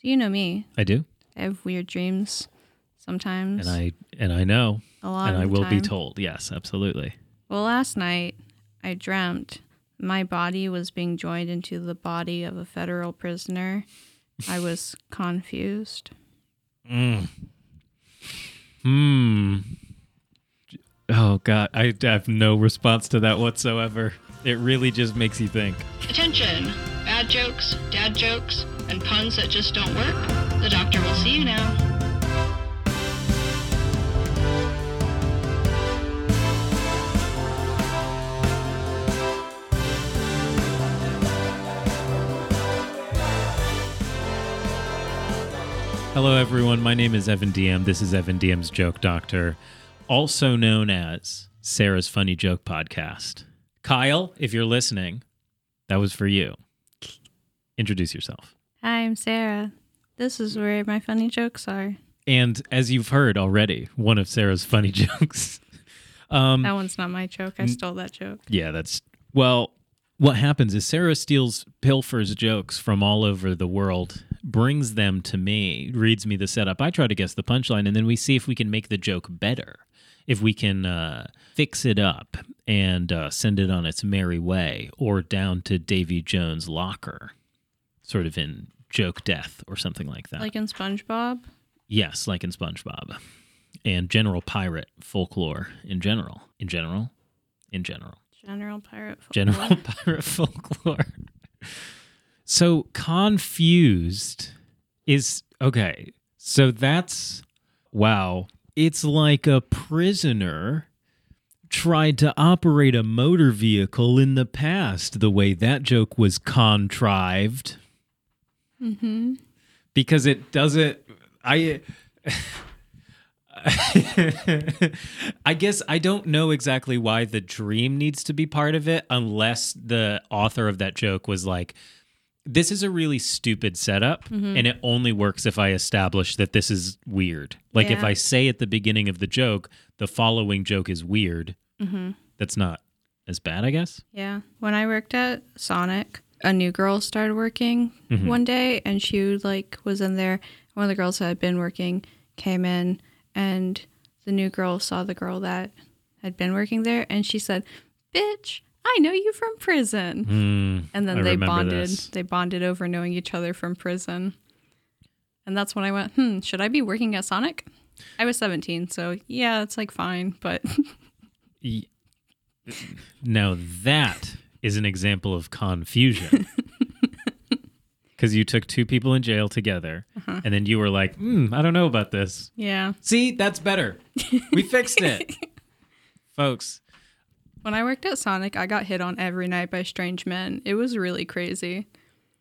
You know me. I do, I have weird dreams sometimes. and I and I know, a lot and of I the will be time. told. Yes, absolutely. Well, last night I dreamt my body was being joined into the body of a federal prisoner. I was confused. Mm. Hmm. Oh God, I have no response to that whatsoever. It really just makes you think. Attention! Bad jokes, dad jokes, and puns that just don't work. The doctor will see you now. Hello, everyone. My name is Evan DM. This is Evan DM's Joke Doctor, also known as Sarah's Funny Joke Podcast. Kyle, if you're listening, that was for you. Introduce yourself. Hi, I'm Sarah. This is where my funny jokes are. And as you've heard already, one of Sarah's funny jokes. Um, That one's not my joke. I stole that joke. Yeah, that's well. What happens is Sarah steals pilfers jokes from all over the world, brings them to me, reads me the setup. I try to guess the punchline, and then we see if we can make the joke better, if we can uh, fix it up and uh, send it on its merry way, or down to Davy Jones' locker, sort of in joke death or something like that. Like in SpongeBob. yes, like in SpongeBob, and general pirate folklore in general, in general, in general General Pirate Folklore. general pirate folklore. So confused is okay. So that's wow. It's like a prisoner tried to operate a motor vehicle in the past, the way that joke was contrived. Mm-hmm. Because it doesn't I I guess I don't know exactly why the dream needs to be part of it unless the author of that joke was like, this is a really stupid setup Mm-hmm. and it only works if I establish that this is weird. Like if Yeah. I say at the beginning of the joke, the following joke is weird, Mm-hmm. that's not as bad, I guess. Yeah. When I worked at Sonic, a new girl started working Mhm. one day and she like was in there. One of the girls that had been working came in and the new girl saw the girl that had been working there and she said, "Bitch, I know you from prison." Mm, And then I they remember bonded. this. They bonded over knowing each other from prison. And that's when I went, "Hmm, should I be working at Sonic?" I was 17, so yeah, it's like fine, but Y- Now that is an example of confusion. Because you took two people in jail together, and then you were like, mm, I don't know about this. yeah. See, that's better. We fixed it. Folks, When I worked at Sonic, I got hit on every night by strange men. It was really crazy.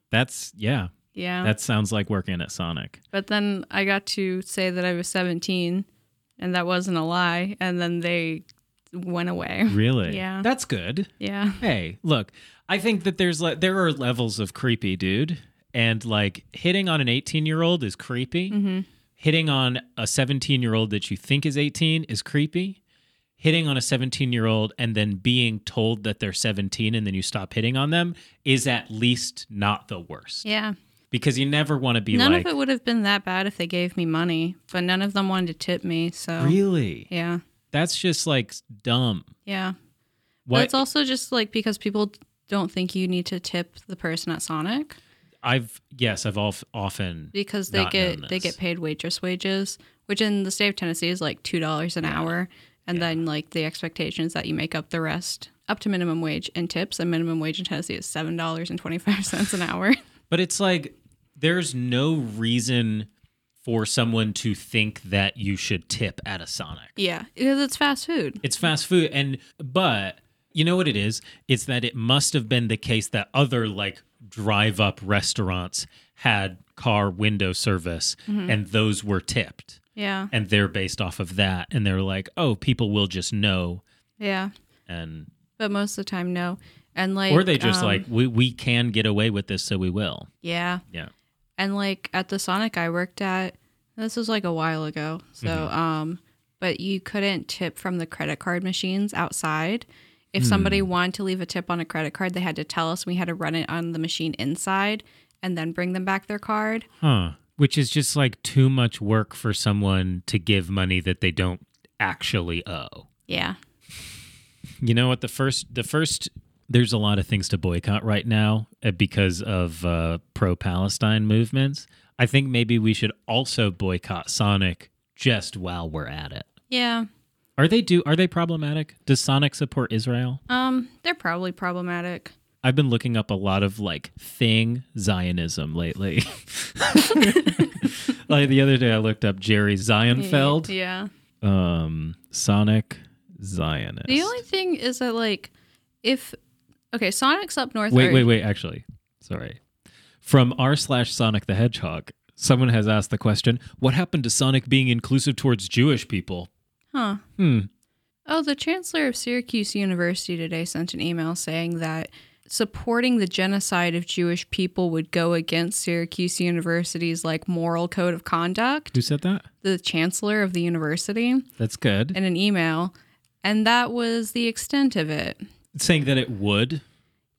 that's, yeah, Yeah. that sounds like working at Sonic. but then I got to say that I was 17 and that wasn't a lie. And then they went away. Really? Yeah. That's good. Yeah. Hey, look, I think that there's like, there are levels of creepy, dude. And like hitting on an 18 year old is creepy. Mhm. hitting on a 17 year old that you think is 18 is creepy. Hitting on a 17 year old and then being told that they're 17 and then you stop hitting on them is at least not the worst Yeah. because you never want to be none like, of it would have been that bad if they gave me money, but none of them wanted to tip me. So, really? yeah. That's just like dumb. Yeah. But What it's also just like because people don't think you need to tip the person at Sonic. I've, yes, I've of, often, because they not known get they this. get paid waitress wages, which in the state of Tennessee is like two dollars an hour, and then like the expectations that you make up the rest up to minimum wage and tips. And minimum wage in Tennessee is seven dollars and twenty five cents an hour. but it's like there's no reason for someone to think that you should tip at a Sonic. yeah, because it's fast food. It's fast food and but you know what it is? It's that it must have been the case that other like drive up restaurants had car window service Mm-hmm. and those were tipped. Yeah, And they're based off of that and they're like, "Oh, people will just know." yeah, And but most of the time, no. And like, or they just um, like, "We we can get away with this, so we will." yeah, Yeah. and like at the Sonic I worked at, this was like a while ago. So, Mm-hmm. um, but you couldn't tip from the credit card machines outside. Hmm. If somebody wanted to leave a tip on a credit card, they had to tell us. We had to run it on the machine inside and then bring them back their card. Huh. which is just like too much work for someone to give money that they don't actually owe. Yeah. You know what? The first, the first, there's a lot of things to boycott right now uh, because of uh, pro Palestine movements. I think maybe we should also boycott Sonic just while we're at it. Yeah. Are they do? Are they problematic? Does Sonic support Israel? Um, they're probably problematic. I've been looking up a lot of like thing Zionism lately. like the other day, I looked up Jerry Seinfeld, Yeah. um, Sonic Zionist. The only thing is that like if okay, Sonic's up north. wait, are- wait, wait. Actually, sorry. From r slash Sonic the Hedgehog, someone has asked the question: What happened to Sonic being inclusive towards Jewish people? Huh. Hmm. Oh, the chancellor of Syracuse University today sent an email saying that supporting the genocide of Jewish people would go against Syracuse University's like moral code of conduct. Who said that? The chancellor of the university That's good. in an email, and that was the extent of it. Saying that it would.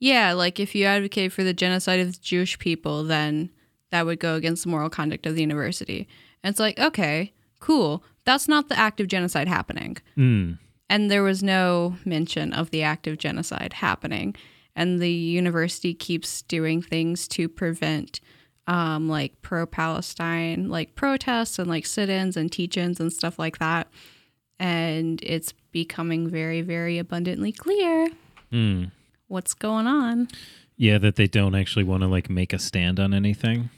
Yeah, like if you advocate for the genocide of the Jewish people, then that would go against the moral conduct of the university. And it's like, okay, cool. That's not the act of genocide happening. Mm. And there was no mention of the act of genocide happening. And the university keeps doing things to prevent um, like pro Palestine like protests and like sit ins and teach ins and stuff like that. And it's becoming very, very abundantly clear Mm. what's going on. Yeah, that they don't actually want to like make a stand on anything.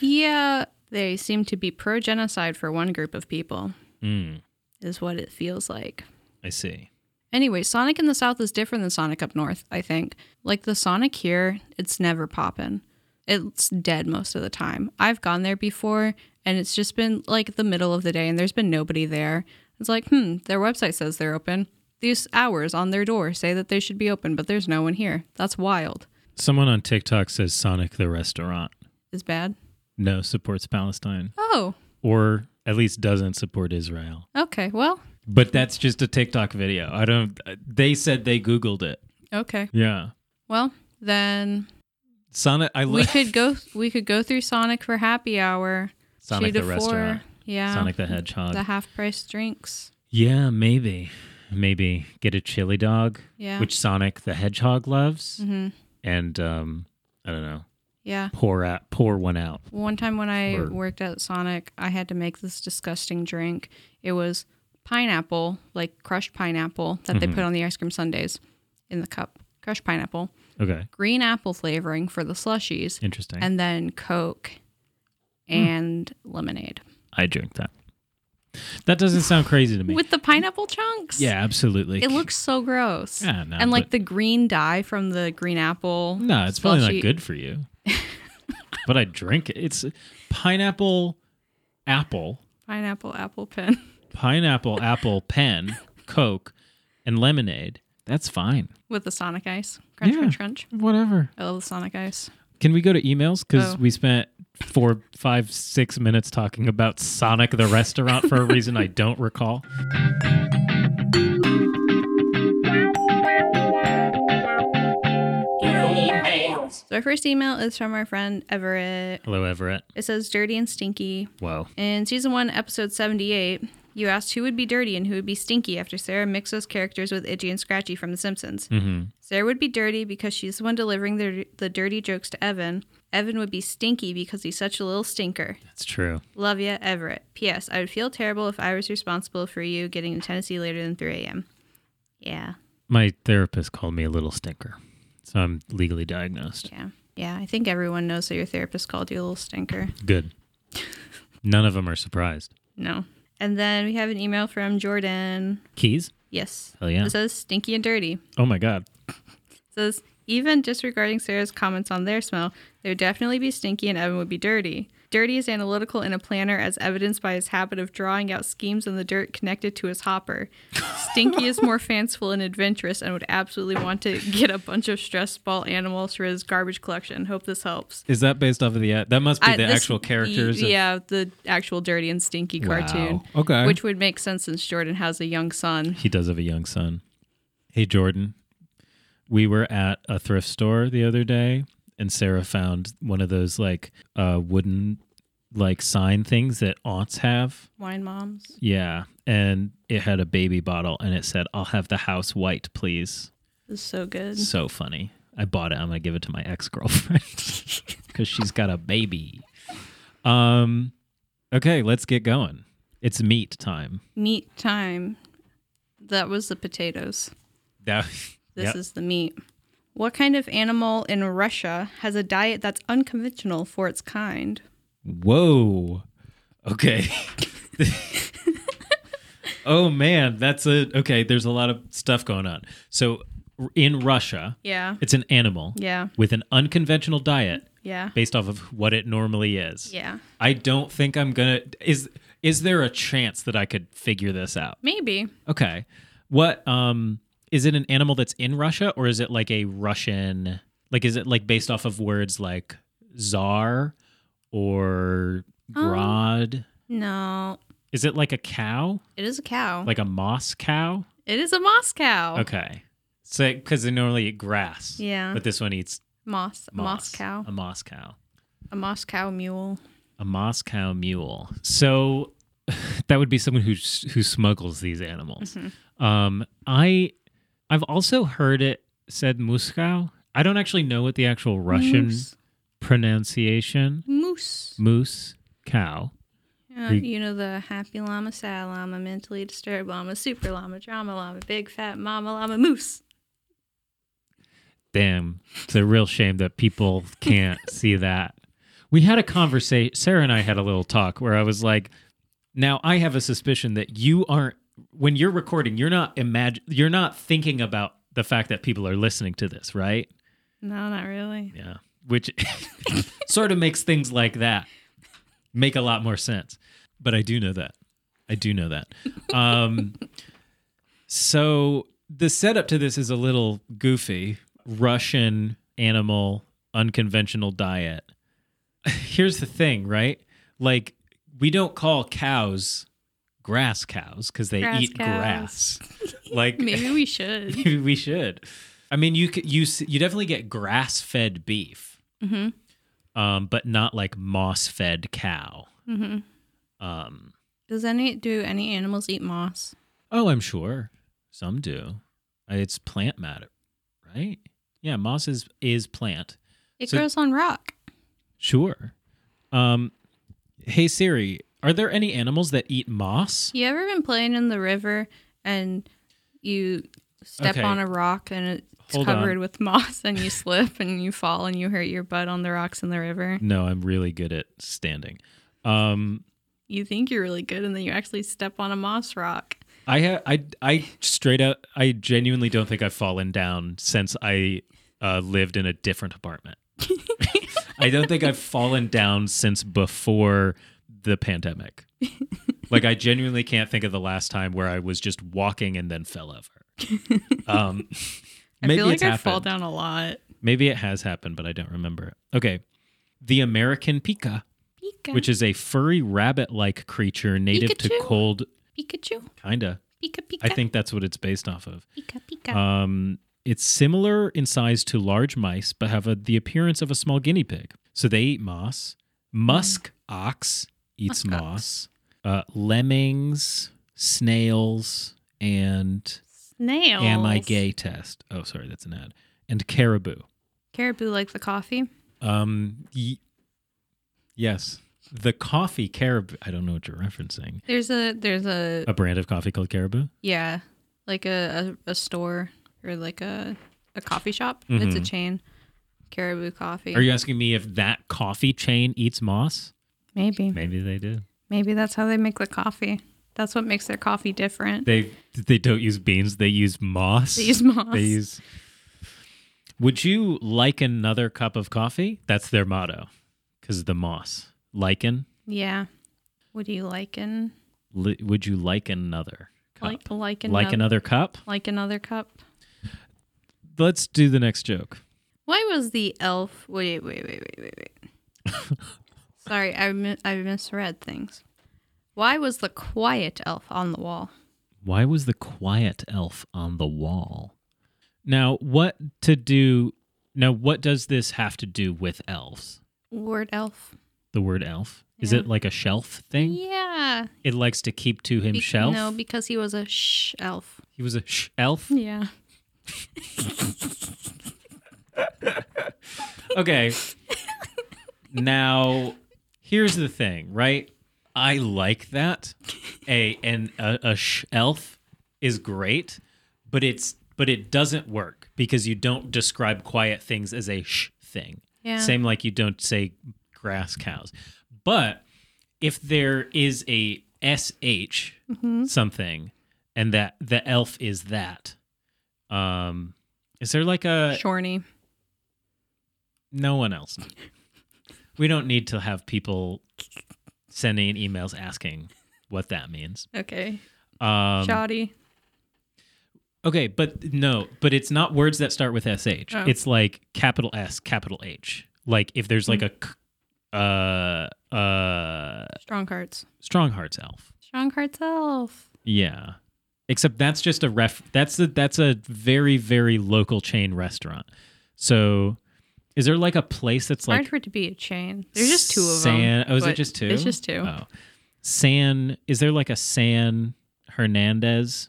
Yeah, they seem to be pro genocide for one group of people, Mm. is what it feels like. I see. Anyway, Sonic in the South is different than Sonic up North, I think. Like the Sonic here, it's never poppin'. It's dead most of the time. I've gone there before and it's just been like the middle of the day and there's been nobody there. It's like, hmm, their website says they're open. These hours on their door say that they should be open, but there's no one here. That's wild. Someone on TikTok says Sonic the restaurant It's bad. no supports Palestine Oh, or at least doesn't support Israel. okay. Well, But that's just a TikTok video. I don't they said they googled it. okay. Yeah. Well, then Sonic I we love could go we could go through Sonic for happy hour. Sonic two the to restaurant. Four. Yeah. Sonic the Hedgehog. the half price drinks. yeah, maybe. Maybe get a chili dog, Yeah. which Sonic the Hedgehog loves, Mhm. and um I don't know, Yeah. pour out pour one out. One time when I Or- worked at Sonic, I had to make this disgusting drink. It was pineapple, like crushed pineapple that Mm-hmm. they put on the ice cream sundaes in the cup. Crushed pineapple, Okay. green apple flavoring for the slushies, Interesting. and then Coke Hmm. and lemonade I drink that. That doesn't sound crazy to me. with the pineapple chunks. yeah, absolutely. It looks so gross. Yeah, no, and like but- the green dye from the green apple. No, it's probably slushy- not good for you. but I drink it. It's pineapple, apple, Pineapple apple pen. pineapple, apple, pen, Coke, and lemonade. That's fine. with the Sonic Ice. Crunch, Yeah. crunch, crunch. Whatever. I love the Sonic Ice. Can we go to emails? Because Oh. we spent four, five, six minutes talking about Sonic the restaurant for a reason I don't recall. So our first email is from our friend Everett. Hello, Everett. It says dirty and stinky. Whoa. In season one, episode 78, you asked who would be dirty and who would be stinky after Sarah mixed those characters with Itchy and Scratchy from The Simpsons. Mm-hmm. Sarah would be dirty because she's the one delivering the, the dirty jokes to Evan. Evan would be stinky because he's such a little stinker. That's true. Love ya, Everett. P.S. I would feel terrible if I was responsible for you getting to Tennessee later than 3 a.m. Yeah. My therapist called me a little stinker. So I'm legally diagnosed. Yeah. Yeah, I think everyone knows that your therapist called you a little stinker. Good. None of them are surprised. No. And then we have an email from Jordan. Keys? Yes. Hell yeah. It says stinky and dirty. It Oh my God. says even disregarding Sarah's comments on their smell, they would definitely be stinky and Evan would be dirty. Dirty is analytical and a planner as evidenced by his habit of drawing out schemes in the dirt connected to his hopper. Stinky is more fanciful and adventurous and would absolutely want to get a bunch of stress ball animals for his garbage collection. Hope this helps. Is that based off of the? That must be I- the this- actual characters. y- of- yeah, the actual Dirty and Stinky cartoon. Wow. Okay. Which would make sense since Jordan has a young son. he does have a young son. Hey Jordan, we were at a thrift store the other day, and Sarah found one of those like uh, wooden like sign things that aunts have. Wine moms. Yeah. And it had a baby bottle and it said, I'll have the house white, please. It's so good. So funny. I bought it. I'm going to give it to my ex girlfriend because she's got a baby. Um, okay, let's get going. It's meat time. Meat time. That was the potatoes. That, This Yep. is the meat. What kind of animal in Russia has a diet that's unconventional for its kind? Whoa. Okay. oh man, that's a okay. There's a lot of stuff going on. So r- in Russia, Yeah. it's an animal Yeah. with an unconventional diet Yeah. based off of what it normally is. Yeah. I don't think I'm gonna is is there a chance that I could figure this out? Maybe. Okay. What um is it an animal that's in Russia or is it like a Russian like is it like based off of words like czar or grod? No. Is it like a cow? It is a cow. Like a moss cow? it is a Moscow. Okay. So cuz they normally eat grass. Oh. Yeah. But this one eats Moss. moss. Moscow. A moss cow. A Moscow mule. A Moscow mule. So that would be someone who s- who smuggles these animals. Um, I I've also heard it said Moscow. I don't actually know what the actual Russian Moose. pronunciation Moose. moose cow. Uh, Are you- you know the happy llama, sad llama, mentally disturbed llama, super llama, drama llama, big fat mama llama, moose. Damn, it's a real shame that people can't see that. We had a conversation. Sarah and I had a little talk where I was like, "Now I have a suspicion that you aren't when you're recording. You're not imagine. You're not thinking about the fact that people are listening to this, right? No, not really. Yeah. Which sort of makes things like that make a lot more sense. But I do know that. I do know that. Um, so the setup to this is a little goofy Russian animal, unconventional diet. Here's the thing, right? Like, we don't call cows grass cows because they Grass eat cows. grass. Like, Maybe we should. Maybe we should. I mean, you c- you s- you definitely get grass fed beef, Mhm. um, but not like moss fed cow. Mm-hmm. Um, Does any do any animals eat moss? oh, I'm sure some do. Uh, It's plant matter, right? Yeah, moss is is plant. It So- grows on rock. Sure. Um, hey Siri, are there any animals that eat moss? You ever been playing in the river and you step Okay. on a rock and it's Hold covered on. with moss and you slip and you fall and you hurt your butt on the rocks in the river? No, I'm really good at standing. Um, You think you're really good and then you actually step on a moss rock. I ha- I I straight out I genuinely don't think I've fallen down since I uh, lived in a different apartment. I don't think I've fallen down since before the pandemic. Like I genuinely can't think of the last time where I was just walking and then fell over. Um, I maybe feel like it's I happened. fall down a lot. Maybe it has happened, but I don't remember it. Okay, the American pika, Pika. which is a furry rabbit-like creature native to Pikachu? cold, Pikachu. kinda. Pika Pika. I think that's what it's based off of. Pika Pika. Um, it's similar in size to large mice, but have a, the appearance of a small guinea pig. So they eat moss. Musk ox eats Musk ox. moss. Uh, lemmings, snails, and Snail. am I gay test. Oh, sorry, that's an ad. And caribou. Caribou like the coffee. Um, y- yes, the coffee caribou. I don't know what you're referencing. There's a there's a A brand of coffee called caribou. yeah, like a, a, a store or like a a coffee shop. It's a chain. Caribou coffee. Mm-hmm. Are you asking me if that coffee chain eats moss? Maybe. Maybe they do. Maybe that's how they make the coffee. That's what makes their coffee different. They they don't use beans. They use moss. They use moss. They use. Would you like another cup of coffee? That's their motto, because the moss. Lichen. yeah. Would you liken Li- would you like another cup? like like another Uh, Like another cup? like another cup? Let's do the next joke. Why was the elf? Wait, wait, wait, wait, wait, wait. Sorry, I mi- I misread things. Why was the quiet elf on the wall? Why was the quiet elf on the wall? Now, what to do? Now, what does this have to do with elves? Word elf. The word elf. Is Yeah. it like a shelf thing? Yeah. It likes to keep to Be- himself. No, because he was a sh elf. he was a sh- elf. Yeah. Okay. now, here's the thing, right? I like that. A and a, a sh- elf is great, but it's but it doesn't work because you don't describe quiet things as a sh thing. Yeah. Same like you don't say grass cows. But if there is a sh Mm-hmm. Hmm? something and that the elf is that um is there like a Shorny. no one else. We don't need to have people sending emails asking what that means. Okay. Um, Shoddy. okay, but no, but it's not words that start with sh. Oh. It's like capital S, capital H. Like if there's like a k- uh uh Strong hearts. strong hearts elf. Strong hearts elf. Yeah. Except that's just a ref that's a that's a very very local chain restaurant. So is there like a place that's It's Hard like for it to be a chain. There's just two of San, them. Oh, is it but just two? It's just two. Oh. San, is there like a San Hernandez?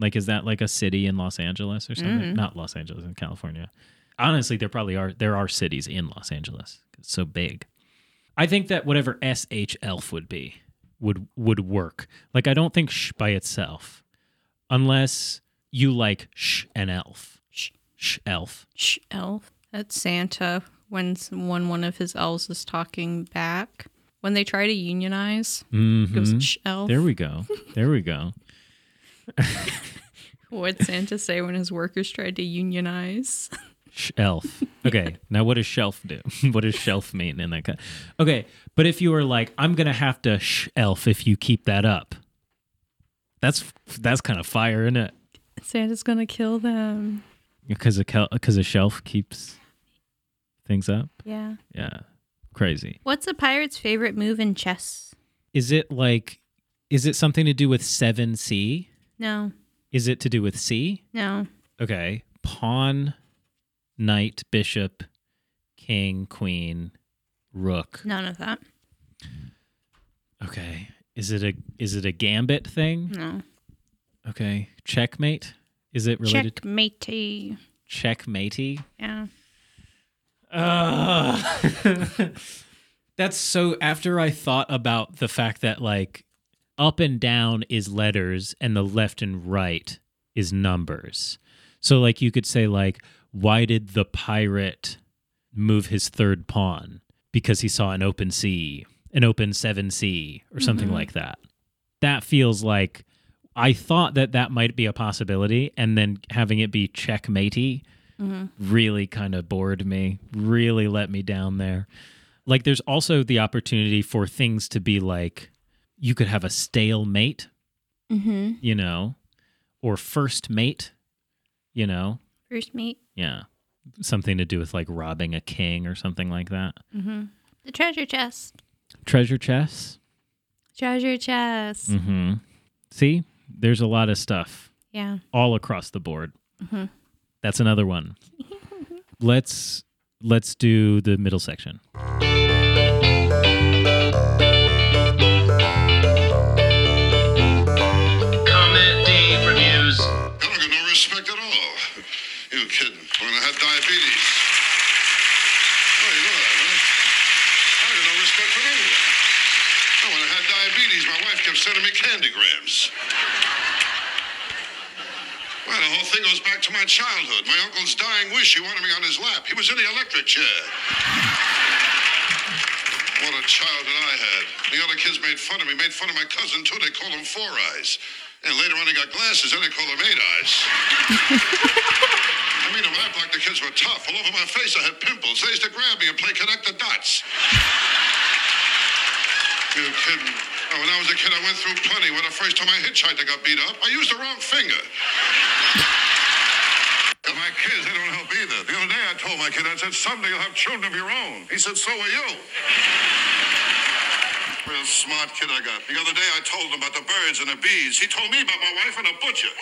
Like, is that like a city in Los Angeles or something? Mhm. Not Los Angeles, in California. Honestly, there probably are. There are cities in Los Angeles. It's so big. I think that whatever SH elf would be would would work. Like, I don't think sh by itself, unless you like sh an elf. Sh, sh elf. Sh elf. That's Santa when s- when one of his elves is talking back. When they try to unionize, Mhm. goes sh elf. There we go. There we go. What'd Santa say when his workers tried to unionize? Shelf. Okay. now, what does shelf do? what does shelf mean in that? Kind okay. But if you were like, I'm gonna have to shelf if you keep that up. That's that's kind of fire, isn't it? Santa's gonna kill them. Because a because a shelf keeps things up. Yeah. Yeah. Crazy. What's a pirate's favorite move in chess? Is it like? Is it something to do with seven C? No, Is it to do with C? no. Okay. Pawn, knight, bishop, king, queen, rook. None of that. Okay. Is it a is it a gambit thing? No. Okay. Checkmate? Is it related Checkmatey. to checkmatey? Yeah. Ugh. That's so after I thought about the fact that like up and down is letters and the left and right is numbers. So like you could say like why did the pirate move his third pawn? Because he saw an open sea, an open 7C or something Mhm. like that. That feels like I thought that that might be a possibility and then having it be checkmatey hmm really kind of bored me, really let me down there. Like, there's also the opportunity for things to be like, you could have a stalemate, hmm you know, or first mate, you know, First mate. yeah, something to do with like robbing a king or something like that. hmm The treasure chest. Treasure chests. Treasure chest. Mm-hmm. See, there's a lot of stuff Yeah. all across the board. Mhm. That's another one. let's let's do the middle section. Comment D reviews. I don't get no respect at all. You kidding? When I had diabetes. Oh, you know that, huh? I don't get no respect from anyone. No, when I had diabetes, my wife kept sending me candygrams. Well, the whole thing goes back to my childhood. My uncle's dying wish, he wanted me on his lap. He was in the electric chair. What a childhood I had. The other kids made fun of me, made fun of my cousin too. They called him Four Eyes. And later on, he got glasses, then they called him Eight Eyes. I mean, in my block, the kids were tough. All over my face, I had pimples. They used to grab me and play Connect the Dots. You're kidding. Oh, when I was a kid, I went through plenty. When the first time I hitchhiked, I got beat up. I used the wrong finger. And my kids, they don't help either. The other day, I told my kid, I said, someday you'll have children of your own. He said, so will you. Real smart kid I got. The other day I told him about the birds and the bees. He told me about my wife and a butcher.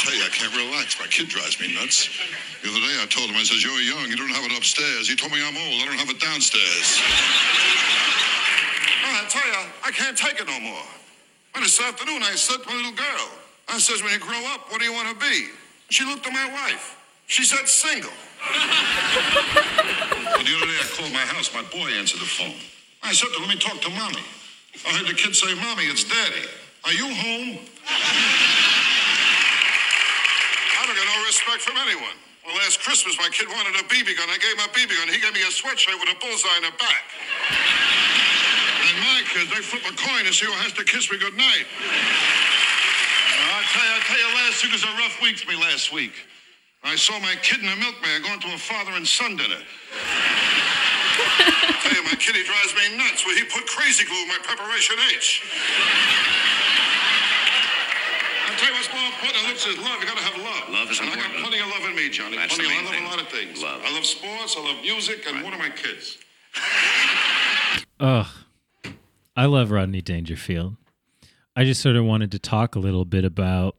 tell you, I can't relax. My kid drives me nuts. The other day, I told him, I says, "You're young. You don't have it upstairs." He told me I'm old. I don't have it downstairs. Well, I tell you, I can't take it no more. Well, this afternoon, I said to my little girl, I says, "When you grow up, what do you want to be?" She looked at my wife. She said, "Single." Well, the other day, I called my house. My boy answered the phone. I said to him, "Let me talk to mommy." I heard the kid say, "Mommy, it's daddy. Are you home?" I don't get no respect from anyone. Well, last Christmas, my kid wanted a BB gun. I gave him a BB gun. He gave me a sweatshirt with a bullseye in the back. And my kids, they flip a coin to see who has to kiss me goodnight. Now, I tell you, I tell you, last week was a rough week for me last week. I saw my kid and a milkman going to a father and son dinner. I tell you, my kid, he drives me nuts. Well, he put crazy glue in my preparation H. I tell you what's more important than looks is love. You gotta have love. Love is and I got important. plenty of love in me, Johnny. That's the plenty. I love main thing. a lot of things. Love. I love sports. I love music, and one of my kids. Ugh. I love Rodney Dangerfield. I just sort of wanted to talk a little bit about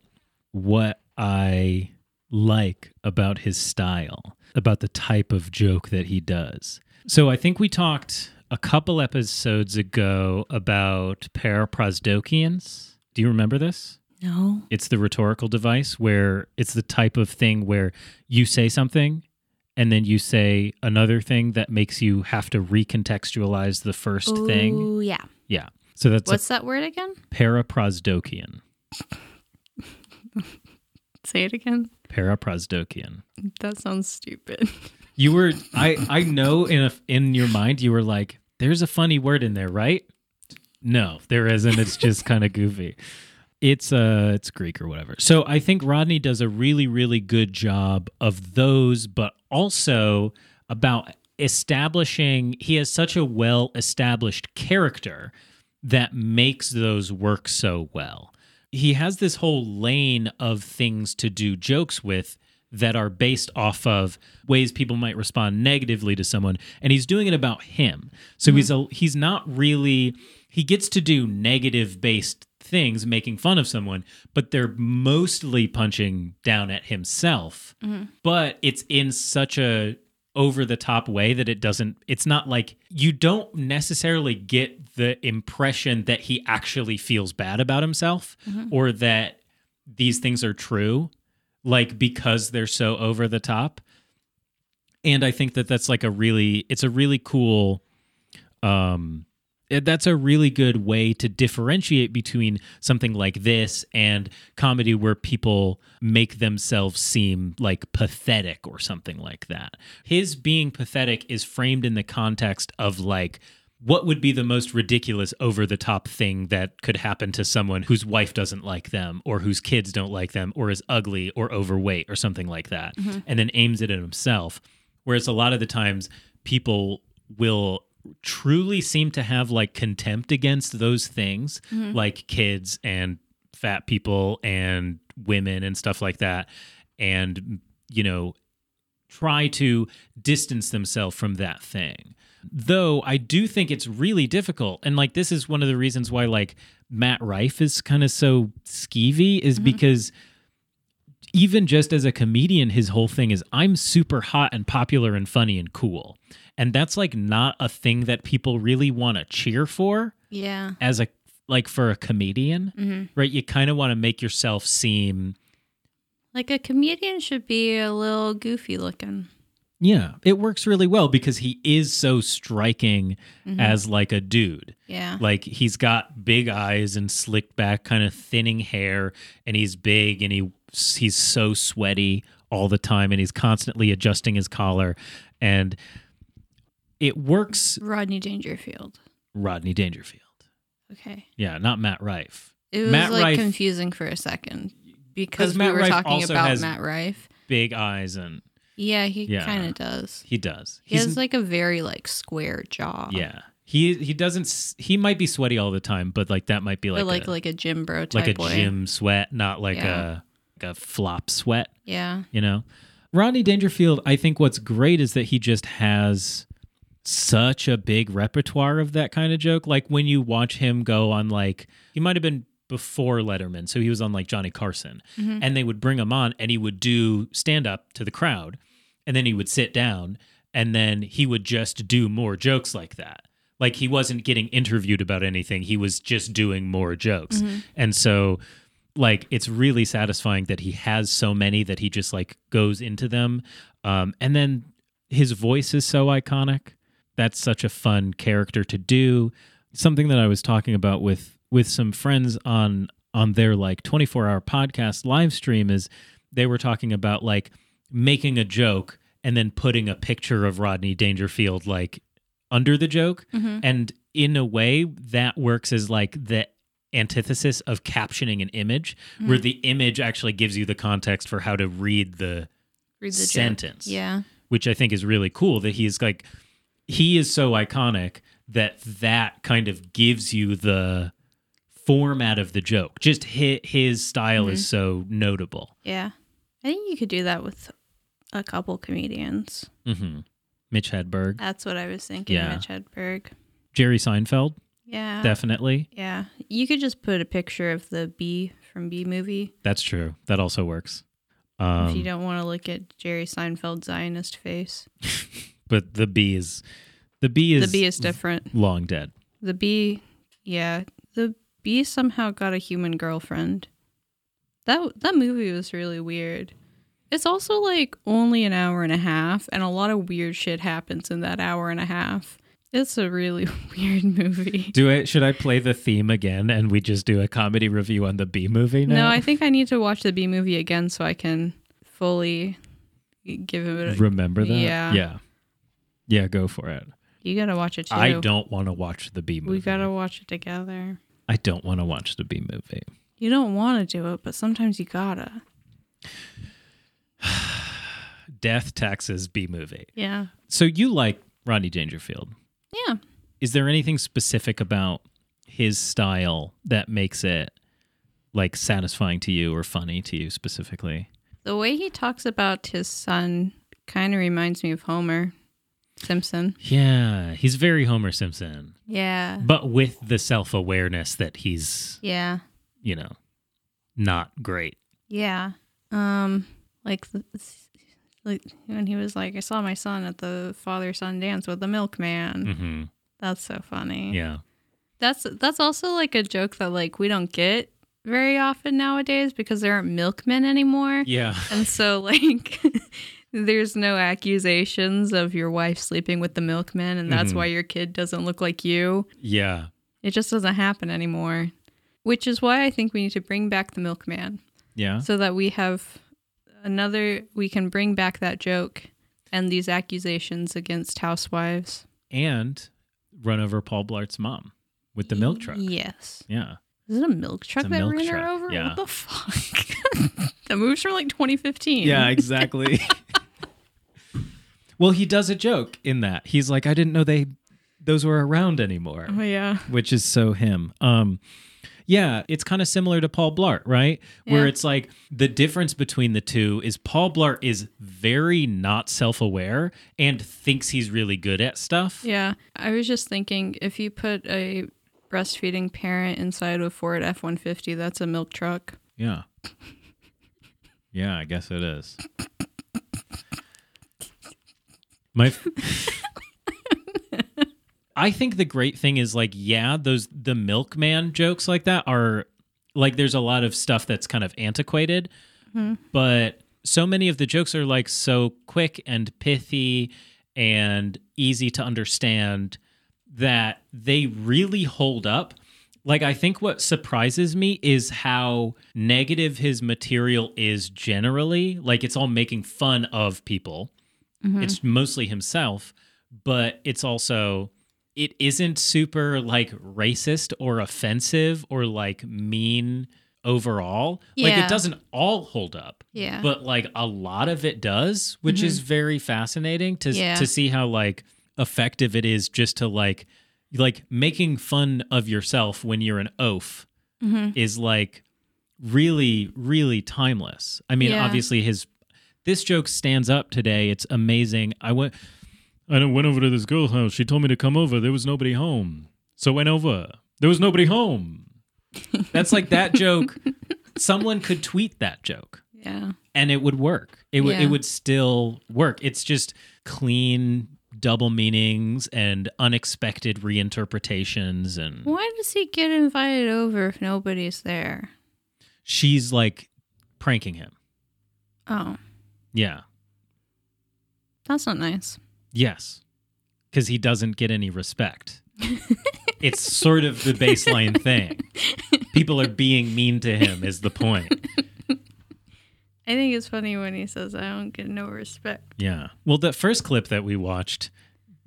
what I like about his style, about the type of joke that he does. So I think we talked a couple episodes ago about paraprosdokians. Do you remember this? No. It's the rhetorical device where it's the type of thing where you say something and then you say another thing that makes you have to recontextualize the first thing. Ooh, yeah. Yeah. So that's What's that word again? a paraprosdokian. Say it again. Paraprosdokian. That sounds stupid. You were I I know in a, in your mind you were like there's a funny word in there, right? No, there isn't. It's just kind of goofy. It's uh it's Greek or whatever. So I think Rodney does a really really good job of those but also about establishing he has such a well established character that makes those work so well. He has this whole lane of things to do jokes with that are based off of ways people might respond negatively to someone and he's doing it about him. So he's a, he's not really he gets to do negative based things making fun of someone but they're mostly punching down at himself but it's in such a over the top way that it doesn't it's not like you don't necessarily get the impression that he actually feels bad about himself or that these things are true like because they're so over the top and i think that that's like a really it's a really cool um it- that's a really good way to differentiate between something like this and comedy where people make themselves seem like pathetic or something like that. His being pathetic is framed in the context of like what would be the most ridiculous over the top thing that could happen to someone whose wife doesn't like them or whose kids don't like them or is ugly or overweight or something like that and then aims it at himself whereas a lot of the times people will truly seem to have like contempt against those things like kids and fat people and women and stuff like that and you know try to distance themselves from that thing though i do think it's really difficult and like this is one of the reasons why like matt rife is kind of so skeevy is because even just as a comedian, his whole thing is I'm super hot and popular and funny and cool. And that's like not a thing that people really want to cheer for Yeah. as a like for a comedian, right? You kind of want to make yourself seem Like a comedian should be a little goofy looking. yeah, it works really well because he is so striking as like a dude. Yeah. Like he's got big eyes and slicked back, kind of thinning hair, and he's big and he he's so sweaty all the time, and he's constantly adjusting his collar, and it works. Rodney Dangerfield. Rodney Dangerfield, Okay. yeah, not Matt Rife. It was Matt like Rife- confusing for a second because Matt we were Rife talking also about has- Matt Rife. Big eyes, and Yeah, he Yeah. kind of does. he does. He has like a very like square jaw. yeah. He he doesn't. s- He might be sweaty all the time, but like that might be like but like a, like a gym bro type like a boy. gym sweat, not like Yeah. a like a flop sweat. Yeah. you know rodney dangerfield i think what's great is that he just has such a big repertoire of that kind of joke like when you watch him go on like he might have been before Letterman. So he was on like Johnny Carson. And they would bring him on and he would do stand up to the crowd. And then he would sit down and then he would just do more jokes like that. Like he wasn't getting interviewed about anything, he was just doing more jokes. Mm-hmm. Mm-hmm. And so like it's really satisfying that he has so many that he just like goes into them. Um and then his voice is so iconic that's such a fun character to do something that i was talking about with with some friends on on their like 24 hour podcast live stream is they were talking about like making a joke and then putting a picture of rodney dangerfield like under the joke Mm-hmm. and in a way that works as like the antithesis of captioning an image where Mm-hmm. the image actually gives you the context for how to read the Read the joke. sentence Yeah. which I think is really cool that he's like he is so iconic that that kind of gives you the format of the joke. Just his, his style is Mm-hmm. so notable. Yeah. I think you could do that with a couple comedians. hmm Mitch Hedberg, That's what I was thinking, Yeah. Mitch Hedberg. Jerry Seinfeld, Yeah. definitely. yeah. You could just put a picture of the bee from Bee Movie That's true. That also works. Um, if you don't want to look at Jerry Seinfeld's Zionist face. but the bee is the bee is the bee is different. long dead. The bee, yeah. The bee somehow got a human girlfriend. That that movie was really weird. It's also like only an hour and a half, and a lot of weird shit happens in that hour and a half. It's a really weird movie. Do I should I play the theme again and we just do a comedy review on the bee movie now? No, I think I need to watch the bee movie again so I can fully give it. A, remember that. Yeah. yeah, yeah. Go for it. you gotta watch it too. I don't want to watch the B movie. We gotta watch it together. I don't want to watch the B movie. You don't want to do it, but sometimes you gotta. Death taxes B movie. Yeah. So you like Rodney Dangerfield? Yeah. Is there anything specific about his style that makes it like satisfying to you or funny to you specifically? The way he talks about his son kind of reminds me of Homer Simpson. Yeah, he's very Homer Simpson, Yeah. but with the self awareness that he's Yeah. you know not great. Yeah. Um like the, like when he was like I saw my son at the father son dance with the milkman. hmm That's so funny. Yeah, That's that's also like a joke that like we don't get very often nowadays because there aren't milkmen anymore. yeah. And so like there's no accusations of your wife sleeping with the milkman and that's Mhm. why your kid doesn't look like you. Yeah. It just doesn't happen anymore. Which is why I think we need to bring back the milkman Yeah. so that we have another we can bring back that joke and these accusations against housewives. And run over Paul Blart's mom with the milk truck. Yes. Yeah. Is it a milk truck a that milk ran her truck, over? yeah. What the fuck? that moves from like 2015. exactly. well, he does a joke in that. He's like, I didn't know they those were around anymore. Oh yeah. Which is so him. Um yeah, it's kind of similar to Paul Blart, right? Where Yeah. it's like the difference between the two is Paul Blart is very not self-aware and thinks he's really good at stuff. Yeah. I was just thinking if you put a breastfeeding parent inside a Ford F 150, that's a milk truck. Yeah. Yeah, I guess it is. My f- I think the great thing is like yeah, those the milkman jokes like that are like there's a lot of stuff that's kind of antiquated, but so many of the jokes are like so quick and pithy and easy to understand that they really hold up. Like, I think what surprises me is how negative his material is generally. Like, it's all making fun of people, it's mostly himself, but it's also. It isn't super like racist or offensive or like mean overall. Like Yeah. it doesn't all hold up. Yeah. Mm-hmm. But like a lot of it does, which is very fascinating to Yeah. to see how like effective it is just to like like making fun of yourself when you're an oaf is like really really timeless. I mean, Yeah. obviously his this joke stands up today. It's amazing. I went I went over to this girl's house. She told me to come over. There was nobody home. So I went over. There was nobody home. That's like that joke. Someone could tweet that joke Yeah. and it would work. It would Yeah. it would still work. It's just clean double meanings and unexpected reinterpretations and Why does he get invited over if nobody's there? she's like pranking him. Oh, Yeah. that's not nice. Yes. Cuz he doesn't get any respect. it's sort of the baseline thing. People are being mean to him is the point. I think it's funny when he says, I don't get no respect. Yeah. Well, that first clip that we watched,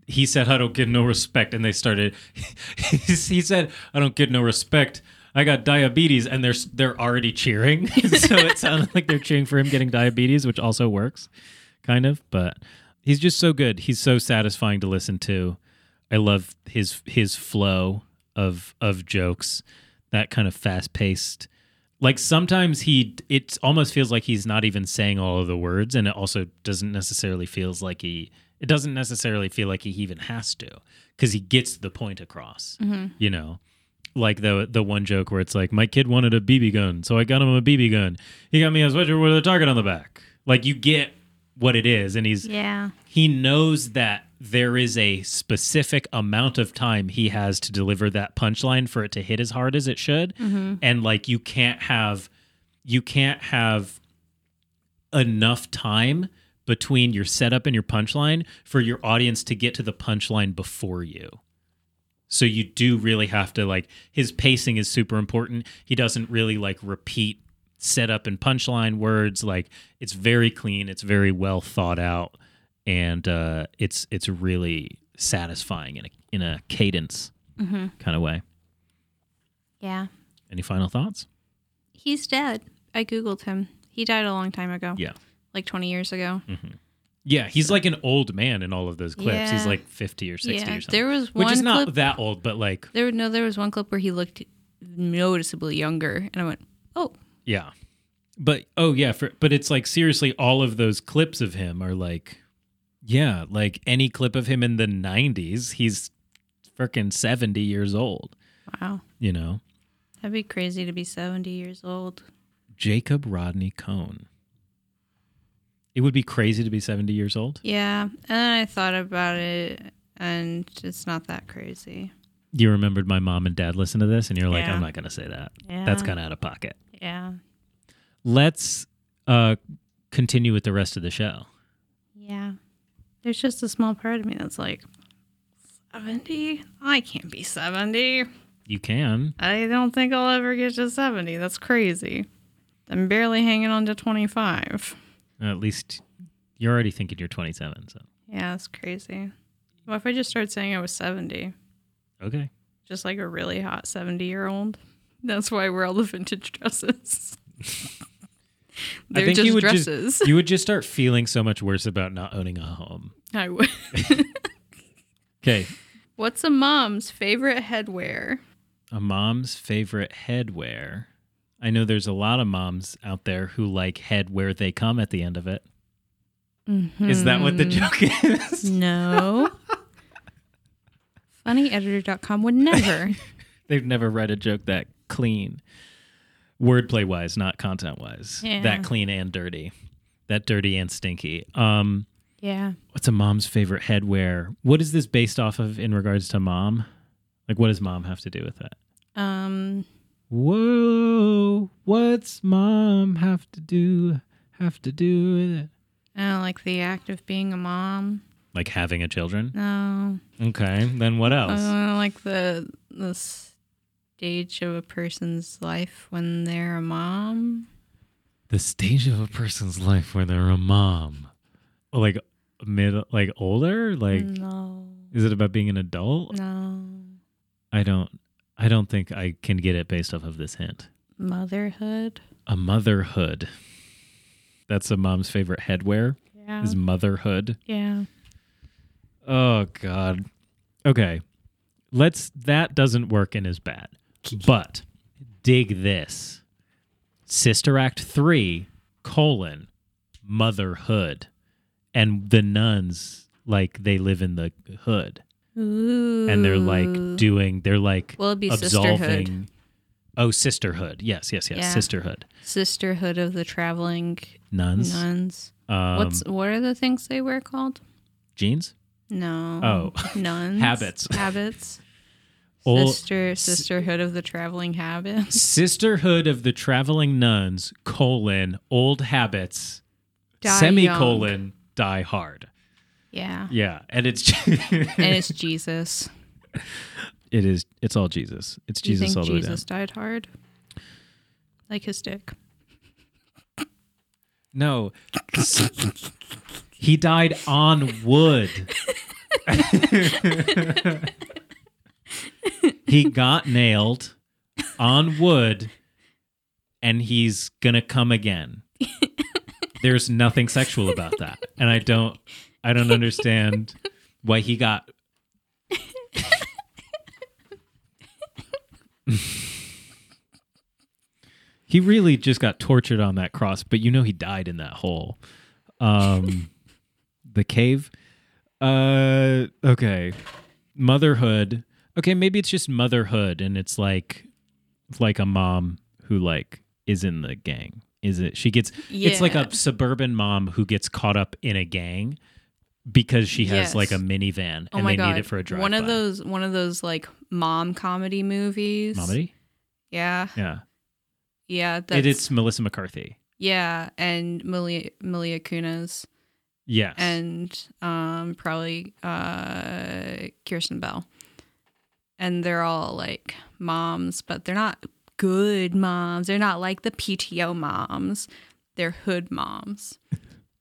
he said, I don't get no respect. And they started, he said, I don't get no respect. I got diabetes. And they're, they're already cheering. so it sounded like they're cheering for him getting diabetes, which also works, kind of. But he's just so good. He's so satisfying to listen to. I love his his flow of of jokes, that kind of fast paced. Like sometimes he, it almost feels like he's not even saying all of the words, and it also doesn't necessarily feels like he. It doesn't necessarily feel like he even has to, because he gets the point across. You know, like the the one joke where it's like, my kid wanted a BB gun, so I got him a BB gun. He got me a sweatshirt with a target on the back. Like you get what it is, and he's Yeah. he knows that there is a specific amount of time he has to deliver that punchline for it to hit as hard as it should and like you can't have you can't have enough time between your setup and your punchline for your audience to get to the punchline before you so you do really have to like his pacing is super important he doesn't really like repeat setup and punchline words like it's very clean it's very well thought out and uh, it's it's really satisfying in a in a cadence Mm-hmm. kind of way. Yeah. Any final thoughts? He's dead. I Googled him. He died a long time ago. Yeah, Mm, Like 20 years ago. yeah. He's like an old man in all of those clips. He's Yeah. like fifty or sixty Yeah. or something, There was one which is not clip. that old, but like There no, there was one clip where he looked noticeably younger, and I went, "Oh, yeah. But oh yeah, for, but it's like seriously, all of those clips of him are like, yeah, like any clip of him in the '90s, he's freaking seventy years old. wow, You know, that'd be crazy to be seventy years old." Jacob Rodney Cohn. It would be crazy to be seventy years old. Yeah, and then I thought about it, and it's not that crazy. you remembered my mom and dad listen to this and you're like Yeah. i'm not going to say that Yeah. that's kind of out of pocket Yeah, let's uh continue with the rest of the show yeah. There's just a small part of me that's like, seventy. I can't be seventy. you can I don't think I'll ever get to seventy. That's crazy. I'm barely hanging on to twenty five. at least you're already thinking you're 27 so Yeah, that's crazy. What if I just started saying I was seventy? okay just like a really hot 70 year old. That's why I wear all the vintage dresses. They're just you would dresses. just you would just start feeling so much worse about not owning a home I would. okay What's a mom's favorite headwear? a mom's favorite headwear i know there's a lot of moms out there who like head where they come at the end of it. Is that what Mm-hmm. the joke is No. Funnyeditor.com would never. They've never read a joke that clean, wordplay wise, not content wise. Yeah. That clean and dirty, that dirty and stinky. Um, yeah. what's a mom's favorite headwear? What is this based off of in regards to mom? Like, what does mom have to do with it? Um, Whoa, what's mom have to do? Have to do with it? I don't like the act of being a mom. Like having a children. No. Okay, then what I else? don't like the the stage of a person's life when they're a mom. the stage of a person's life where they're a mom, like mid, like older, like. No. Is it about being an adult? No. I don't I don't think I can get it based off of this hint. Motherhood. A motherhood. That's a mom's favorite headwear Yeah. is motherhood. Yeah. Oh god. Okay. Let's that doesn't work and is bad. But dig this. Sister Act 3 colon motherhood. And the nuns like they live in the hood. Ooh. and they're like doing they're like Well, it'd be absolving sisterhood. Oh, Sisterhood. Yes, yes, yes. Yeah. Sisterhood. Sisterhood of the Traveling Nuns. Nuns. Um, What's what are the things they were called? jeans? No. Oh. nuns. Habits. Habits. Ol- Sister Sisterhood of the Traveling Habits. Sisterhood of the Traveling Nuns, colon, old habits, Die semicolon, Young. die hard. Yeah. Yeah. And it's And it's Jesus. it is it's all Jesus. It's Do you Jesus all think the way down. Jesus died hard? Like his dick. No. he died on wood. he got nailed on wood and he's going to come again. There's nothing sexual about that. And I don't I don't understand why he got He really just got tortured on that cross, but you know he died in that hole. Um the cave. Uh okay. Motherhood. Okay, maybe it's just motherhood and it's like it's like a mom who like is in the gang. Is it she gets it's like Yeah. a suburban mom who gets caught up in a gang because she has Yes. like a minivan Oh and my they god. need it for a drive. One of those one of those like mom comedy movies. comedy? Yeah. Yeah. Yeah. That's It, it's Melissa McCarthy. yeah, and Malia Malia Kunis Yes. and um probably uh Kirsten Bell. And they're all like moms, but they're not good moms. They're not like the PTO moms. They're hood moms.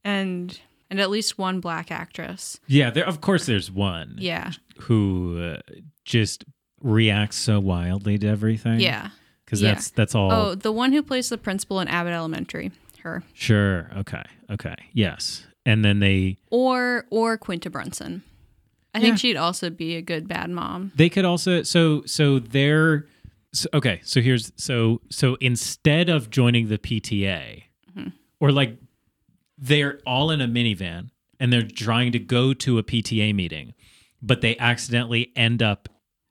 and and at least one black actress. yeah, there of course there's one. Yeah. who uh, just reacts so wildly to everything. Yeah. because yeah. that's that's all. Oh, the one who plays the principal in Abbott Elementary, her. Sure. Okay. Okay. Yes. And then they Or or Quinta Brunson. I think Yeah. she'd also be a good bad mom. they could also so so they're so, okay. So here's so so instead of joining the PTA Mm-hmm. or like they're all in a minivan and they're trying to go to a PTA meeting, but they accidentally end up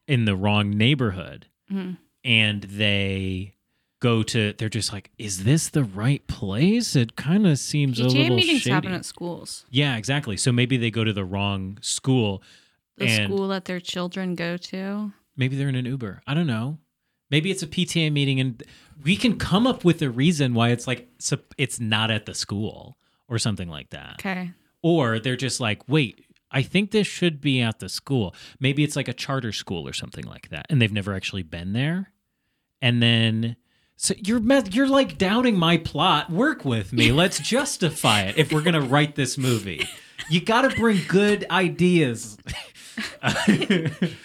in the wrong neighborhood Mm-hmm. and they go to they're just like is this the right place it kind of seems a PTA little meetings shady happen at schools. yeah exactly so maybe they go to the wrong school The and school that their children go to. maybe they're in an uber i don't know maybe it's a pta meeting and we can come up with a reason why it's like sup- it's not at the school or something like that Okay. or they're just like, wait, I think this should be at the school. Maybe it's like a charter school or something like that, and they've never actually been there. And then, so you're me- you're like doubting my plot. Work with me. Let's justify it if we're gonna write this movie. You got to bring good ideas.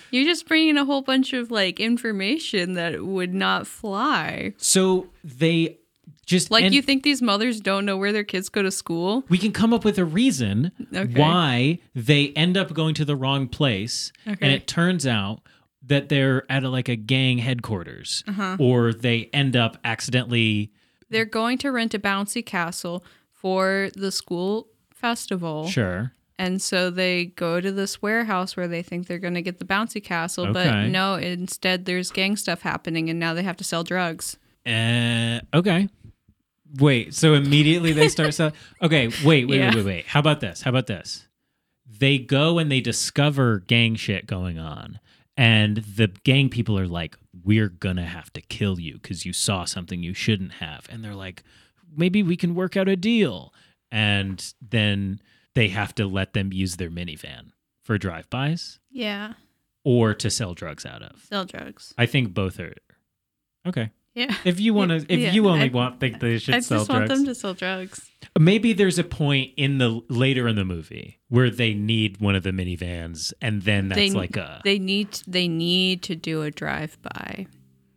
You're just bringing a whole bunch of like information that would not fly. So they just Like and you think these mothers don't know where their kids go to school? we can come up with a reason Okay. why they end up going to the wrong place and Okay. it turns out that they're at a, like a gang headquarters Uh-huh. or they end up accidentally They're going to rent a bouncy castle for the school festival. sure And so they go to this warehouse where they think they're going to get the bouncy castle, but Okay. no, instead there's gang stuff happening and now they have to sell drugs. uh, okay wait so immediately they start sell- okay wait wait, Yeah. wait wait wait how about this how about this they go and they discover gang shit going on and the gang people are like we're gonna have to kill you because you saw something you shouldn't have and they're like maybe we can work out a deal and then they have to let them use their minivan for drive-bys Yeah, or to sell drugs out of sell drugs. i think both are okay Yeah. if you want to if Yeah, you only I- want think they should I just sell want drugs them to sell drugs. Maybe there's a point in the later in the movie where they need one of the minivans, and then that's they, like a they need they need to do a drive by.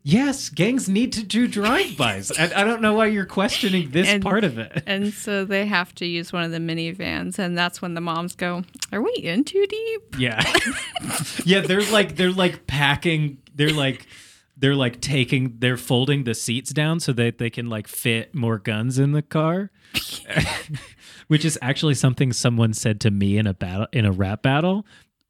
yes, gangs need to do drive-bys. I, I don't know why you're questioning this And- part of it. And so they have to use one of the minivans and that's when the moms go, "Are we in too deep?" Yeah, yeah, they're like they're like packing. They're like they're like taking they're folding the seats down so that they can like fit more guns in the car. Which is actually something someone said to me in a battle in a rap battle.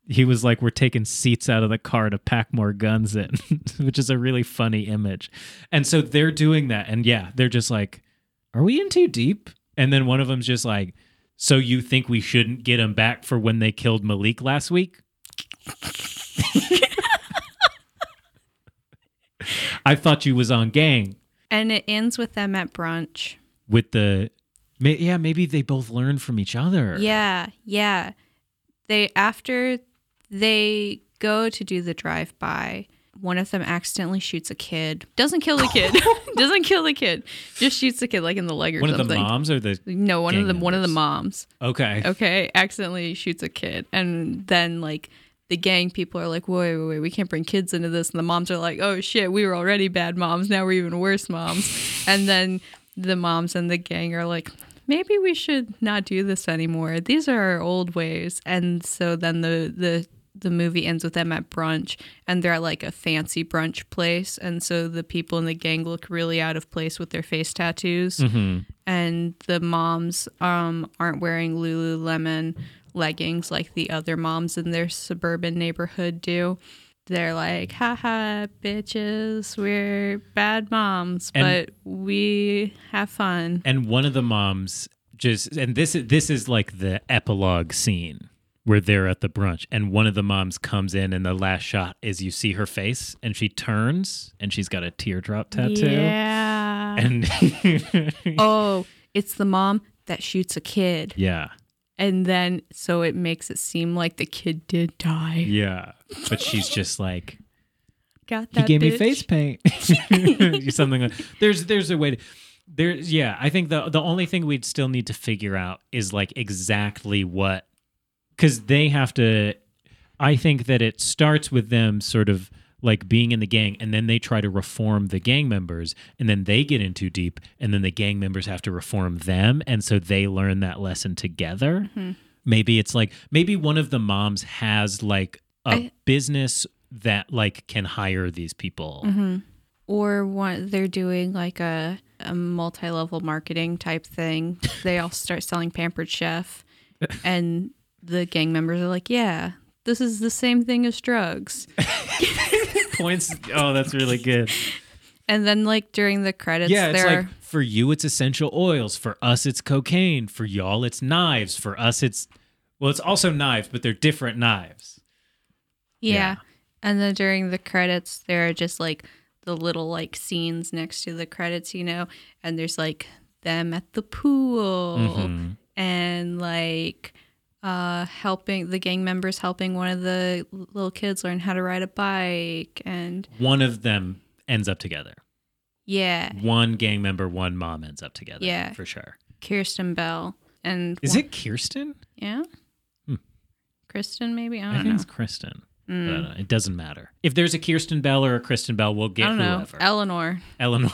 he was like, "We're taking seats out of the car to pack more guns in," which is a really funny image. And so they're doing that, and yeah, they're just like, "Are we in too deep?" And then one of them's just like, "So you think we shouldn't get him back for when they killed Malik last week?" I thought you was on gang And it ends with them at brunch. with the, ma- yeah, maybe they both learned from each other. Yeah, yeah. They after they go to do the drive by, one of them accidentally shoots a kid. Doesn't kill the kid. Doesn't kill the kid. Just shoots the kid like in the leg or one of something. the moms or the No, one of gang them. One of the members. moms. okay. Okay, accidentally shoots a kid, and then like the gang people are like, "Wait, wait, wait, we can't bring kids into this." And the moms are like, "Oh shit, we were already bad moms. Now we're even worse moms." and then the moms and the gang are like, "Maybe we should not do this anymore. These are our old ways." And so then the the the movie ends with them at brunch and they're at like a fancy brunch place and so the people in the gang look really out of place with their face tattoos and the moms um, aren't wearing Lululemon leggings like the other moms in their suburban neighborhood do. They're like, haha, bitches, we're bad moms, And- but we have fun. and one of the moms just and this is this is like the epilogue scene where they're at the brunch and one of the moms comes in and the last shot is you see her face and she turns and she's got a teardrop tattoo Yeah. and oh, it's the mom that shoots a kid. yeah And then, so it makes it seem like the kid did die. yeah but she's just like Got he that? gave me bitch? face paint something like there's there's a way to there's yeah i think the the only thing we'd still need to figure out is like exactly what because they have to i think that it starts with them sort of like being in the gang and then they try to reform the gang members and then they get in too deep and then the gang members have to reform them and so they learn that lesson together Mm-hmm. maybe it's like maybe one of the moms has like a I- business that like can hire these people Mm-hmm. or one they're doing like a, a multi-level marketing type thing they all start selling pampered chef and the gang members are like yeah this is the same thing as drugs points oh that's really good and then like during the credits yeah it's there like for you it's essential oils for us it's cocaine for y'all it's knives for us it's well it's also knives but they're different knives yeah. yeah. and then during the credits there are just like the little like scenes next to the credits you know and there's like them at the pool Mhm. and like uh helping the gang members helping one of the little kids learn how to ride a bike and one of them ends up together yeah one gang member one mom ends up together Yeah. for sure kirsten bell and is it kirsten yeah Hmm. kristen maybe i i, don't think know it's kristen Mm-hmm. Mm. but uh, it doesn't matter if there's a kirsten bell or a kristen bell we'll i get don't know whoever eleanor eleanor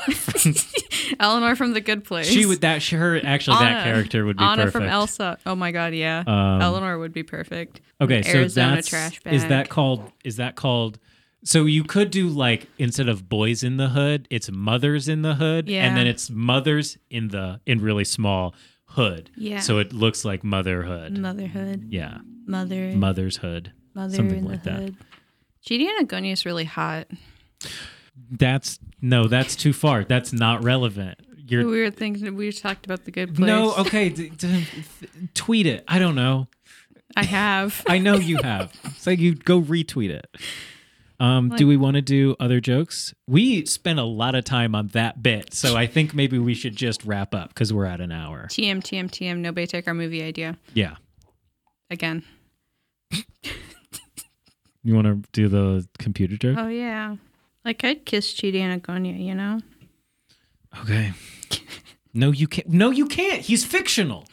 eleanor from the good place she would that she, her actually Anna. that character would be anna perfect from elsa oh my god yeah Um, eleanor would be perfect Okay, so Arizona that's trash is that bag. called is that called so you could do like instead of boys in the hood, it's mothers in the hood, Yeah. and then it's mothers in the in really small hood. Yeah. So it looks like motherhood. motherhood yeah, mother mother's hood, mother something in like the that. hood Judy Anagoni is really hot. That's no, that's too far. That's not relevant. We You're were thinking we talked about the good place. no okay. D- d- th- tweet it. I don't know. I have. I know you have. It's like you go retweet it. Um, do we want to do other jokes? We spent a lot of time on that bit, so I think maybe we should just wrap up because we're at an hour. TM TM TM. Nobody take our movie idea Yeah, again. you want to do the computer joke? Oh yeah. Like I'd kiss Chidi Anagonia, you know. Okay. No, you can't. No, you can't. He's fictional.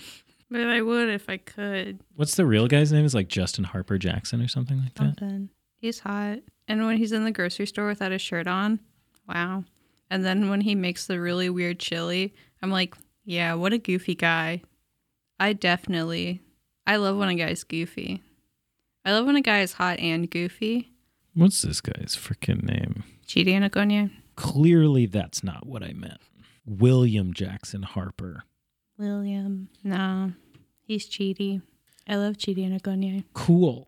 But I would if I could. What's the real guy's name? Is like Justin Harper Jackson or something like that. Something. He's hot. And when he's in the grocery store without his shirt on, wow. And then when he makes the really weird chili, I'm like, yeah, what a goofy guy. I definitely. I love when a guy's goofy. I love when a guy is hot and goofy. What's this guy's freaking name? Chidi Anagonia. Clearly, that's not what I meant. William Jackson Harper. William. No, he's cheaty. I love cheaty and agonia. Cool.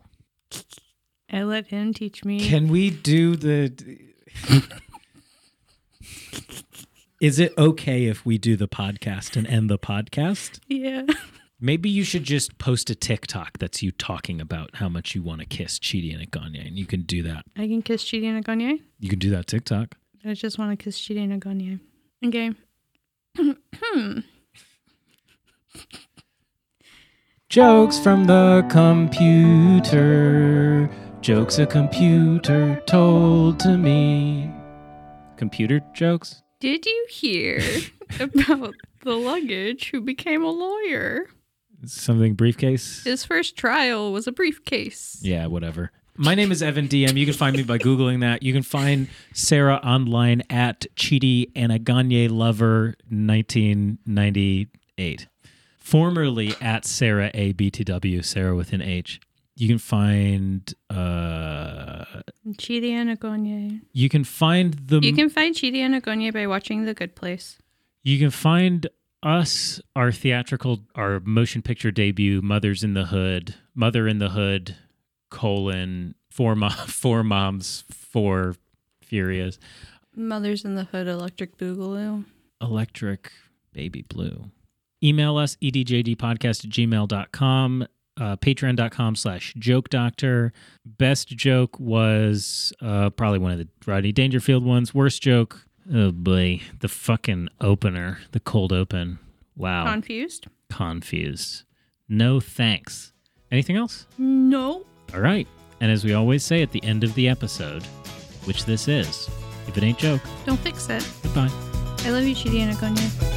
I let him teach me. Can we do the? Is it okay if we do the podcast and end the podcast? yeah. Maybe you should just post a TikTok that's you talking about how much you want to kiss Chidi and Aganya, and you can do that. I can kiss Chidi and Agonye. You can do that TikTok. I just want to kiss Chidi and Agonye. Okay. Jokes from the computer. Jokes a computer told to me. Computer jokes? Did you hear about the luggage who became a lawyer? Something briefcase? His first trial was a briefcase. Yeah, whatever. My name is Evan DM. You can find me by Googling that. You can find Sarah online at Chidi and Aganye Lover 1998. Formerly at Sarah ABTW, Sarah with an H. You can find uh Chidi and Agonye. you can find the You can find Chidi and Agonye by watching The Good Place. You can find us, our theatrical, our motion picture debut, Mothers in the Hood, Mother in the Hood, colon, four, mo- four moms, four furious, Mothers in the Hood, Electric Boogaloo. electric baby blue. Email us, E edjdpodcast at gmail.com, uh, patreon.com slash joke doctor. Best joke was uh, probably one of the Rodney Dangerfield ones. Worst joke, oh boy, the fucking opener, the cold open. Wow. Confused? confused. No thanks. Anything else? No. All right. And as we always say at the end of the episode, which this is, if it ain't joke, Don't fix it. goodbye. I love you, Chidi and Agonye.